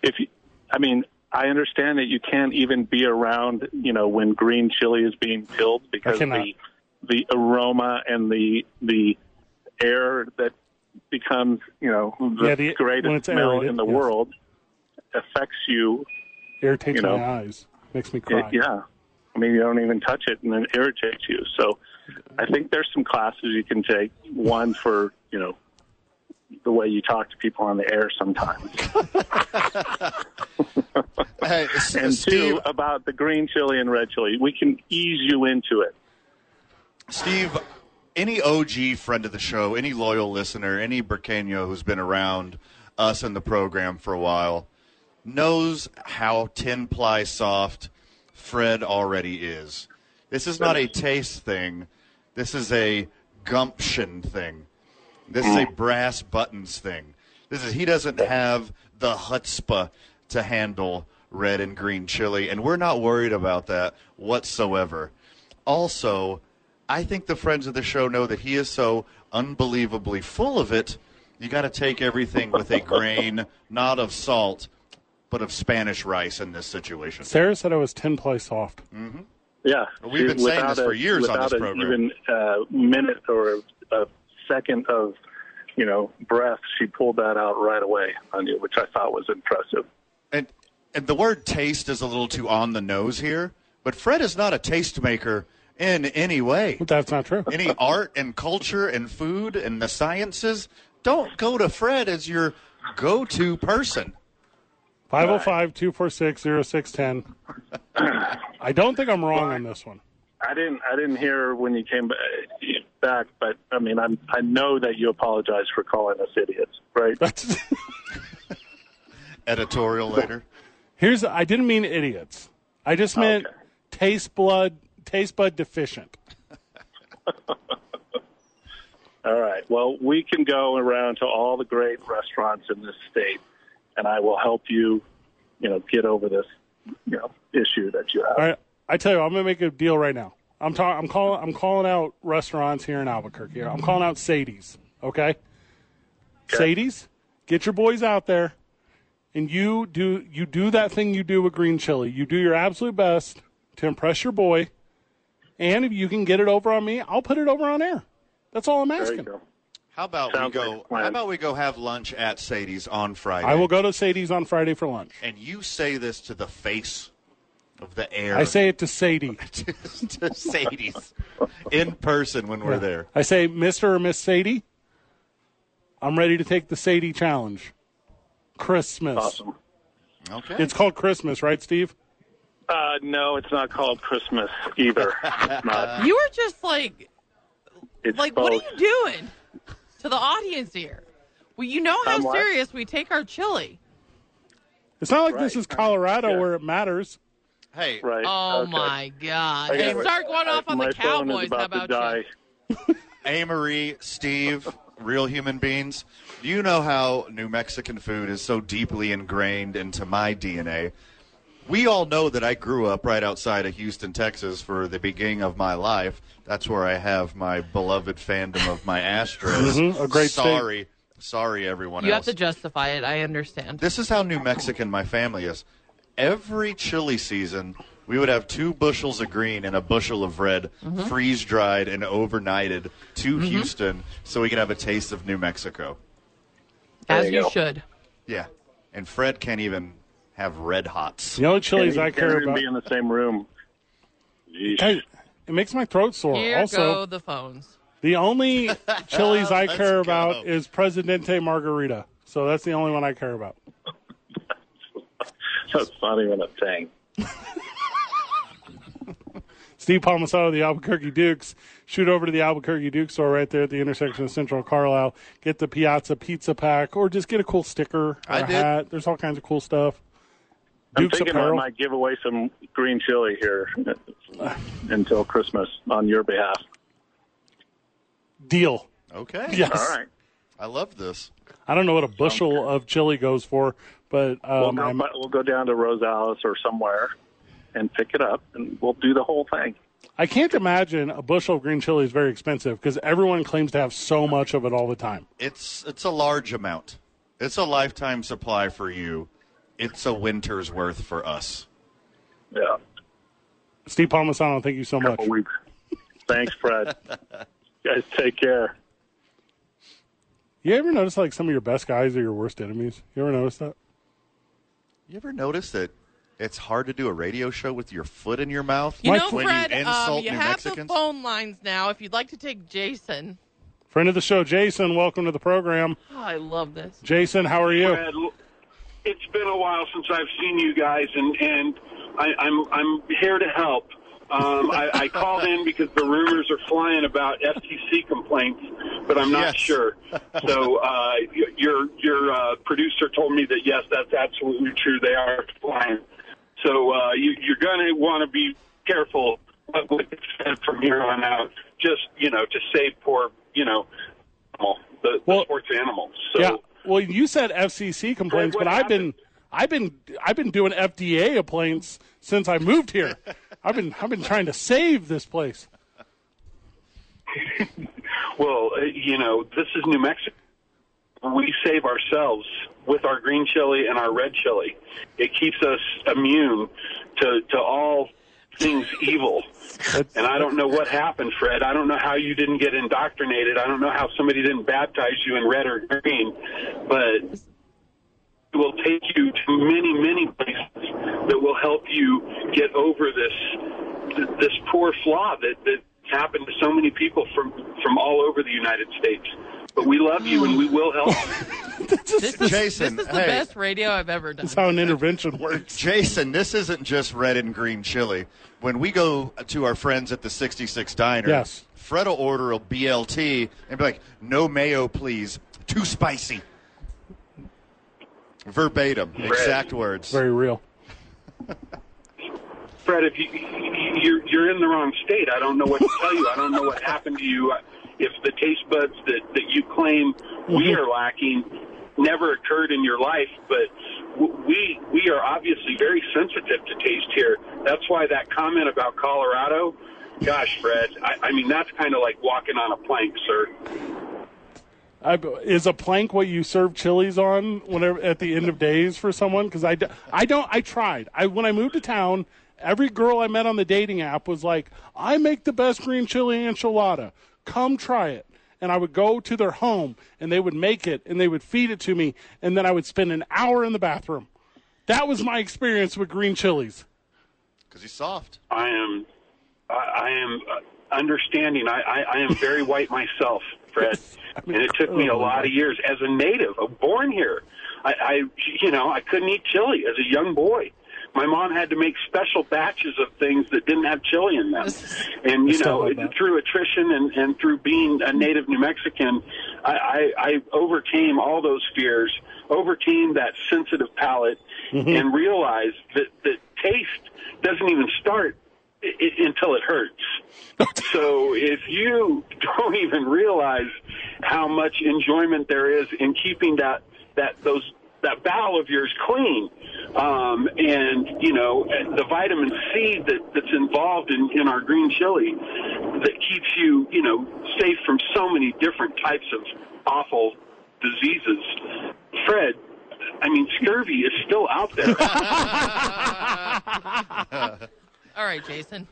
Speaker 6: If you, I mean, I understand that you can't even be around, you know, when green chili is being killed because
Speaker 1: cannot.
Speaker 6: the the aroma and the the air that becomes, you know, the,
Speaker 1: Yeah, the- when it's
Speaker 6: greatest smell
Speaker 1: aerated,
Speaker 6: in the
Speaker 1: yes.
Speaker 6: world affects you.
Speaker 1: Irritates
Speaker 6: you know.
Speaker 1: my eyes. Makes me
Speaker 6: It-
Speaker 1: cry.
Speaker 6: yeah. I mean, you don't even touch it, and it irritates you. So, I think there's some classes you can take. One for you know the way you talk to people on the air sometimes.
Speaker 2: Hey, S-
Speaker 6: and
Speaker 2: Steve,
Speaker 6: two about the green chili and red chili. We can ease you into it.
Speaker 2: Steve, any OG friend of the show, any loyal listener, any Burqueño who's been around us and the program for a while knows how 10 ply soft Fred already is. This is not a taste thing, this is a gumption thing. This is a brass buttons thing. This is he doesn't have the chutzpah to handle red and green chili, and we're not worried about that whatsoever. Also, I think the friends of the show know that he is so unbelievably full of it. You got to take everything with a grain, not of salt, but of Spanish rice in this situation.
Speaker 1: Sarah said I was 10 play soft.
Speaker 6: Yeah,
Speaker 2: We've been saying
Speaker 6: Without
Speaker 2: this for years on
Speaker 6: without
Speaker 2: this
Speaker 6: a
Speaker 2: program.
Speaker 6: Even a minute or a, a second of you know breath, she pulled that out right away on you, which I thought was impressive.
Speaker 2: and and the word taste is a little too on the nose here, but Fred is not a taste maker in any way.
Speaker 1: That's not true.
Speaker 2: any art and culture and food and the sciences, don't go to Fred as your go to person.
Speaker 1: 505 246 0610. I don't think I'm wrong on this one.
Speaker 6: I didn't. I didn't hear when you came ba- back, but I mean, I'm, I know that you apologize for calling us idiots, right?
Speaker 1: That's,
Speaker 2: Editorial later.
Speaker 1: here's I didn't mean idiots. I just meant
Speaker 6: Okay.
Speaker 1: taste blood taste bud deficient.
Speaker 6: All right. Well, we can go around to all the great restaurants in this state, and I will help you, you know, get over this, you know, issue that you have.
Speaker 1: All right, I tell you, I'm gonna make a deal right now. I'm ta- I'm calling I'm calling out restaurants here in Albuquerque. I'm calling out Sadie's. Okay? Sadie's, get your boys out there, and you do you do that thing you do with green chili. You do your absolute best to impress your boy, and if you can get it over on me, I'll put it over on air. That's all I'm
Speaker 6: There you
Speaker 1: asking.
Speaker 6: go.
Speaker 2: How about
Speaker 6: Sounds
Speaker 2: we
Speaker 6: like
Speaker 2: go
Speaker 6: a plan.
Speaker 2: how about we go have lunch at Sadie's on Friday?
Speaker 1: I will go to Sadie's on Friday for lunch.
Speaker 2: and you say this to the face of the air.
Speaker 1: I say it to Sadie.
Speaker 2: to, to Sadie's in person when we're there.
Speaker 1: I say, Mr. or Miss Sadie, I'm ready to take the Sadie challenge. Christmas.
Speaker 6: Awesome.
Speaker 2: Okay.
Speaker 1: It's called Christmas, right, Steve?
Speaker 6: Uh, no, it's not called Christmas either. It's not.
Speaker 3: You were just like,
Speaker 6: It's
Speaker 3: like,
Speaker 6: both.
Speaker 3: what are you doing to the audience here? Well, you know how
Speaker 6: I'm what?
Speaker 3: serious we take our chili.
Speaker 1: It's not like this
Speaker 6: Right.
Speaker 1: is Colorado
Speaker 6: Yeah.
Speaker 1: where it matters.
Speaker 2: Hey,
Speaker 6: Right.
Speaker 3: Oh
Speaker 6: okay.
Speaker 3: my God!
Speaker 6: I
Speaker 3: Hey,
Speaker 6: gotta-
Speaker 3: start going off on
Speaker 6: my
Speaker 3: the
Speaker 6: phone
Speaker 3: Cowboys.
Speaker 6: Is about
Speaker 3: How about
Speaker 6: to die.
Speaker 3: you?
Speaker 2: Amory, Steve, real human beings, you know how New Mexican food is so deeply ingrained into my DNA. We all know that I grew up right outside of Houston, Texas for the beginning of my life. That's where I have my beloved fandom of my Astros.
Speaker 1: Mhm, a great state.
Speaker 2: sorry. Sorry, everyone
Speaker 3: You have
Speaker 2: else.
Speaker 3: to justify it. I understand.
Speaker 2: This is how New Mexican my family is. Every chili season, we would have two bushels of green and a bushel of red, freeze dried and overnighted to Houston, so we can have a taste of New Mexico.
Speaker 3: As
Speaker 6: you
Speaker 3: you
Speaker 6: go.
Speaker 3: should.
Speaker 2: Yeah, and Fred can't even have red hots.
Speaker 1: The only chilies
Speaker 6: Can't
Speaker 1: I
Speaker 6: even-
Speaker 1: care
Speaker 6: can't even
Speaker 1: about.
Speaker 6: Be in the same room. Yeesh.
Speaker 1: Hey, it makes my throat sore.
Speaker 3: Here
Speaker 1: also,
Speaker 3: go the phones.
Speaker 1: the only chilies I
Speaker 2: Let's
Speaker 1: care
Speaker 2: go.
Speaker 1: about is Presidente Margarita. So that's the only one I care about.
Speaker 6: That's not even a thing.
Speaker 1: Steve Palmasano of the Albuquerque Dukes. Shoot over to the Albuquerque Duke store right there at the intersection of Central and Carlisle. Get the Piazza Pizza Pack or just get a cool sticker or
Speaker 2: I
Speaker 1: a
Speaker 2: did.
Speaker 1: hat. There's all kinds of cool stuff.
Speaker 6: I'm
Speaker 1: Duke's
Speaker 6: thinking
Speaker 1: Apparel.
Speaker 6: I might give away some green chili here until Christmas on your behalf.
Speaker 1: Deal.
Speaker 2: Okay.
Speaker 1: Yes.
Speaker 6: All right.
Speaker 2: I love this.
Speaker 1: I don't know what a bushel of chili goes for, but
Speaker 6: We'll,
Speaker 1: um,
Speaker 6: go,
Speaker 1: I'm-
Speaker 6: we'll go down to Rosales or somewhere and pick it up, and we'll do the whole thing.
Speaker 1: I can't imagine a bushel of green chili is very expensive because everyone claims to have so much of it all the time.
Speaker 2: It's it's a large amount. It's a lifetime supply for you. It's a winter's worth for us.
Speaker 6: Yeah.
Speaker 1: Steve Palmasano, thank you so much.
Speaker 6: Couple weeks. Thanks, Fred. Guys, take care.
Speaker 1: You ever notice like some of your best guys are your worst enemies? You ever notice that?
Speaker 2: You ever notice that it's hard to do a radio show with your foot in your mouth?
Speaker 3: You
Speaker 1: My
Speaker 3: know,
Speaker 2: when
Speaker 3: Fred,
Speaker 2: you
Speaker 3: um,
Speaker 2: insult
Speaker 3: you
Speaker 2: New
Speaker 3: have
Speaker 2: Mexicans?
Speaker 3: the phone lines now. If you'd like to take Jason,
Speaker 1: Friend of the show, Jason, welcome to the program.
Speaker 3: oh, I love this.
Speaker 1: Jason, how are you?
Speaker 7: Brad, l- it's been a while since I've seen you guys, and and I, I'm I'm here to help. Um, I, I called in because the rumors are flying about FTC complaints, but I'm not
Speaker 2: Yes.
Speaker 7: sure. So uh, y- your your uh, producer told me that yes, that's absolutely true. They are flying. So uh, you, you're going to want to be careful what what is said from here on out. Just you know, to save poor you know animal, the,
Speaker 1: Well-
Speaker 7: the sports animals. So.
Speaker 1: yeah. Well, you said FCC complaints,
Speaker 7: Greg,
Speaker 1: but
Speaker 7: what
Speaker 1: I've been, I've been, I've been doing FDA complaints since I moved here. I've been, I've been trying to save this place.
Speaker 7: Well, uh, you know, this is New Mexico. We save ourselves with our green chili and our red chili. It keeps us immune to, to all things evil. And I don't know what happened, Fred. I don't know how you didn't get indoctrinated. I don't know how somebody didn't baptize you in red or green, but it will take you to many, many places that will help you get over this this poor flaw that that happened to so many people from from all over the United States. But we love you, and we will help. you.
Speaker 3: This is,
Speaker 2: Jason,
Speaker 3: this is the
Speaker 2: hey.
Speaker 3: best radio I've ever done.
Speaker 1: That's how an intervention works.
Speaker 2: Jason, this isn't just red and green chili. When we go to our friends at the 66 Diner,
Speaker 1: Yes.
Speaker 2: Fred will order a BLT and be like, no mayo, please. Too spicy. Verbatim, exact words.
Speaker 1: Very real.
Speaker 7: Fred, if you you're you're in the wrong state, I don't know what to tell you. I don't know what happened to you. Uh, If the taste buds that that you claim we are lacking never occurred in your life, but w- we we are obviously very sensitive to taste here. That's why that comment about Colorado. Gosh, Fred, I, I mean that's kind of like walking on a plank, sir.
Speaker 1: I, is a plank what you serve chilies on whenever at the end of days for someone? Because I, d- I don't. I tried. I when I moved to town, every girl I met on the dating app was like, "I make the best green chili enchilada. Come try it." And I would go to their home, and they would make it, and they would feed it to me, and then I would spend an hour in the bathroom. That was my experience with green chilies.
Speaker 2: Because he's soft.
Speaker 7: I am I, I am uh, understanding. I, I, I am very white myself, Fred, and it took me a lot of years as a native, uh, born here. I, I you know I couldn't eat chili as a young boy, My mom had to make special batches of things that didn't have chili in them. And, you know, through attrition and, and through being a native New Mexican, I, I, I overcame all those fears, overcame that sensitive palate, and realized that, that taste doesn't even start i i until it hurts. so if you don't even realize how much enjoyment there is in keeping that that those that bowel of yours clean, um, and you know and the vitamin C that, that's involved in, in our green chili that keeps you you know safe from so many different types of awful diseases. Fred, I mean scurvy is still out there.
Speaker 3: All right, Jason.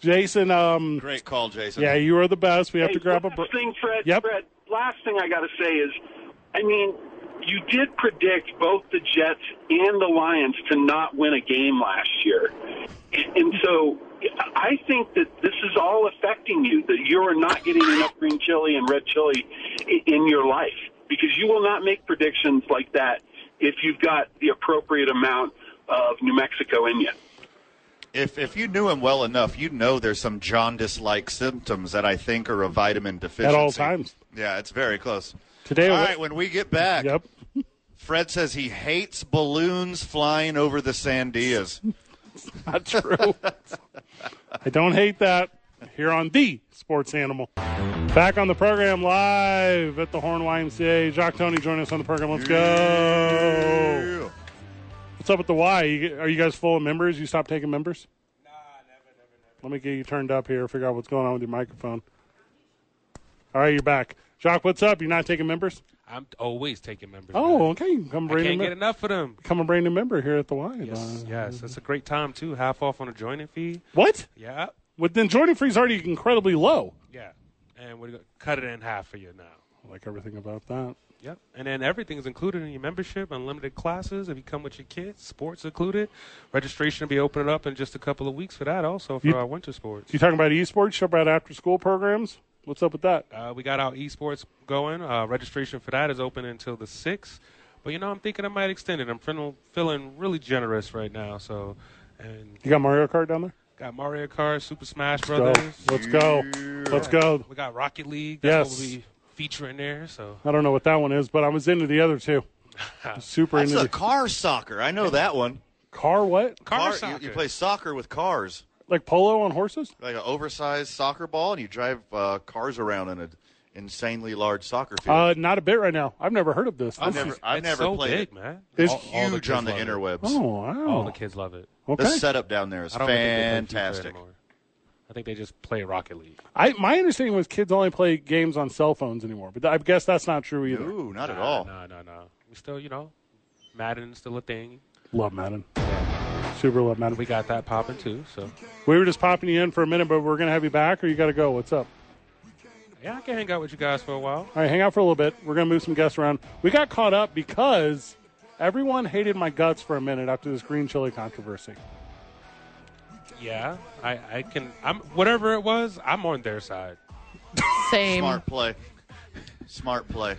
Speaker 1: Jason, um,
Speaker 2: Great call, Jason.
Speaker 1: yeah, you are the best. We have
Speaker 7: Hey,
Speaker 1: to grab a
Speaker 7: last
Speaker 1: break.
Speaker 7: thing, Fred.
Speaker 1: Yep.
Speaker 7: Fred, last thing I got to say is, I mean, you did predict both the Jets and the Lions to not win a game last year, and, and so I think that this is all affecting you. That you are not getting enough green chili and red chili in, in your life because you will not make predictions like that if you've got the appropriate amount of New Mexico in you.
Speaker 2: If if you knew him well enough, you'd know there's some jaundice-like symptoms that I think are a vitamin deficiency.
Speaker 1: all times.
Speaker 2: Yeah, it's very close.
Speaker 1: Today-
Speaker 2: all right, when we get back,
Speaker 1: Yep.
Speaker 2: Fred says he hates balloons flying over the Sandias.
Speaker 1: Not true. I don't hate that. Here on the Sports Animal. Back on the program live at the Horn YMCA. Jacques Tony join us on the program. Let's go.
Speaker 2: Ew.
Speaker 1: What's up with the Y? You- Are you guys full of members? You stopped taking members? Nah, never, never, never. Let me get you turned up here. Figure out what's going on with your microphone. All right, you're back. Jacques, what's up? You're not taking members?
Speaker 8: I'm always taking members. man.
Speaker 1: Oh, okay. Come
Speaker 8: I
Speaker 1: bring a
Speaker 8: can't
Speaker 1: mem-
Speaker 8: get enough of them.
Speaker 1: Come and bring a member here at the Y.
Speaker 8: Yes,
Speaker 1: Uh,
Speaker 8: yes, it's a great time too. Half off on a joining fee.
Speaker 1: What?
Speaker 8: Yeah,
Speaker 1: Well, then Jordan Free's already incredibly low.
Speaker 8: yeah, and we're gonna cut it in half for you now.
Speaker 1: I like everything about that.
Speaker 8: Yep, and then everything's included in your membership. Unlimited classes if you come with your kids. Sports included. Registration will be opening up in just a couple of weeks for that. Also for
Speaker 1: You-
Speaker 8: our winter sports.
Speaker 1: You talking about esports? You talking about after school programs? What's up with that?
Speaker 8: Uh, we got our esports going. Uh, registration for that is open until the 6th. But you know, I'm thinking I might extend it. I'm feeling, feeling really generous right now. So, and
Speaker 1: You got Mario Kart down there?
Speaker 8: got Mario Kart, Super Smash
Speaker 1: Go.
Speaker 8: Brothers.
Speaker 1: Let's go. Let's go.
Speaker 8: We got Rocket League. That's
Speaker 1: Yes.
Speaker 8: what we'll be featuring there. So
Speaker 1: I don't know what that one is, but I was into the other two. Super
Speaker 2: That's
Speaker 1: into
Speaker 2: a
Speaker 1: the
Speaker 2: car soccer. I know that one.
Speaker 1: car. What?
Speaker 8: car,
Speaker 2: you-
Speaker 8: soccer.
Speaker 2: You, play soccer with cars,
Speaker 1: Like polo on horses?
Speaker 2: like an oversized soccer ball, and you drive uh, cars around in an insanely large soccer field.
Speaker 1: Uh, not a bit right now. I've never heard of this. This
Speaker 2: I've never,
Speaker 1: is-
Speaker 2: I've
Speaker 8: It's
Speaker 2: never
Speaker 8: so
Speaker 2: played
Speaker 8: big,
Speaker 2: it.
Speaker 8: man.
Speaker 1: It's
Speaker 8: All- all the
Speaker 2: Huge on the
Speaker 8: kids love it.
Speaker 2: interwebs.
Speaker 1: oh
Speaker 8: All the
Speaker 1: wow.
Speaker 8: kids love it.
Speaker 2: The
Speaker 1: Okay.
Speaker 2: setup down there is
Speaker 8: I don't think they play FIFA
Speaker 2: fantastic.
Speaker 8: anymore. I think they just play Rocket League.
Speaker 1: I my understanding was kids only play games on cell phones anymore, but I guess that's not true either.
Speaker 2: Ooh, not at all.
Speaker 8: No, no, no. We still, you know, Madden's still a thing.
Speaker 1: Love Madden. Super love Madden.
Speaker 8: We got that popping too. So
Speaker 1: We were just popping you in for a minute, but we're gonna have you back, or you gotta go. What's up?
Speaker 8: yeah, I can hang out with you guys for a while.
Speaker 1: All right, hang out for a little bit. We're gonna move some guests around. We got caught up because everyone hated my guts for a minute after this green chili controversy.
Speaker 8: Yeah, I, I can. I'm whatever it was. I'm on their side.
Speaker 3: Same.
Speaker 2: Smart play. Smart play.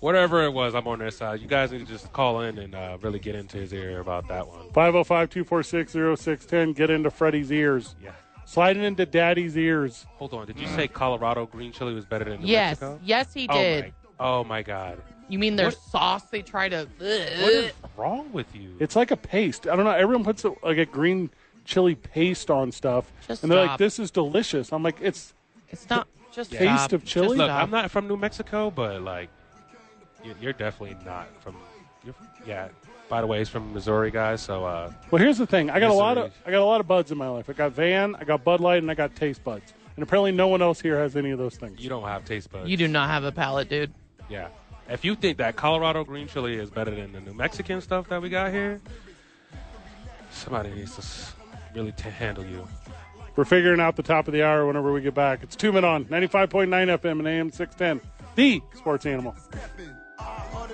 Speaker 8: Whatever it was, I'm on their side. You guys need to just call in and uh, really get into his ear about that one.
Speaker 1: 505-246-0610. Get into Freddie's ears.
Speaker 8: Yeah.
Speaker 1: Slide it into Daddy's ears.
Speaker 8: Hold on. Did you say Colorado green chili was better than New
Speaker 3: Yes.
Speaker 8: Mexico?
Speaker 3: Yes, he
Speaker 8: Oh
Speaker 3: did.
Speaker 8: my, oh my God.
Speaker 3: You mean their
Speaker 8: What-
Speaker 3: sauce they try to.
Speaker 8: What is wrong with you?
Speaker 1: It's like a paste. I don't know. Everyone puts a, like a green chili paste on stuff,
Speaker 3: Just
Speaker 1: and they're like,
Speaker 3: stop.
Speaker 1: "This is delicious." I'm like, "It's
Speaker 3: It's not just
Speaker 1: Taste
Speaker 3: stop.
Speaker 1: of chili?
Speaker 3: Just
Speaker 8: Look,
Speaker 3: stop.
Speaker 8: I'm not from New Mexico, but like, you- you're definitely not from. You're, yeah. By the way, he's from Missouri, guys. So uh,
Speaker 1: well." Here's the thing. I got a lot of
Speaker 8: Misery.
Speaker 1: I got a lot of buds in my life. I got Van, I got Bud Light, and I got Taste Buds. And apparently, no one else here has any of those things.
Speaker 8: you don't have taste buds.
Speaker 3: You do not have a palate, dude.
Speaker 8: Yeah. If you think that Colorado green chili is better than the New Mexican stuff that we got here, somebody needs to s- really t- handle you.
Speaker 1: We're figuring out the top of the hour whenever we get back. It's two men on 95.9 FM and AM 610. The Sports Animal.
Speaker 4: Stepping